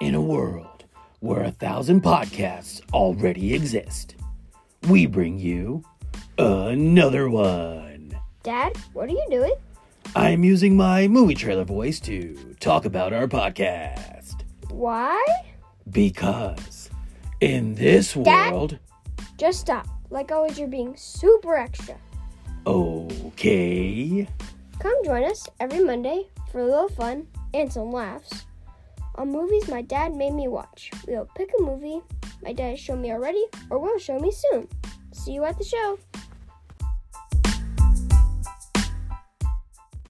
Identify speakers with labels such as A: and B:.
A: in a world where a thousand podcasts already exist. We bring you another one.
B: Dad, what are you doing?
A: I'm using my movie trailer voice to talk about our podcast
B: Why?
A: because in this
B: Dad?
A: world,
B: Just stop. Like always, you're being super extra.
A: okay,
B: Come join us every Monday for a little fun and some laughs on movies my dad made me watch. We'll pick a movie my dad has shown me already or will show me soon. See you at the show.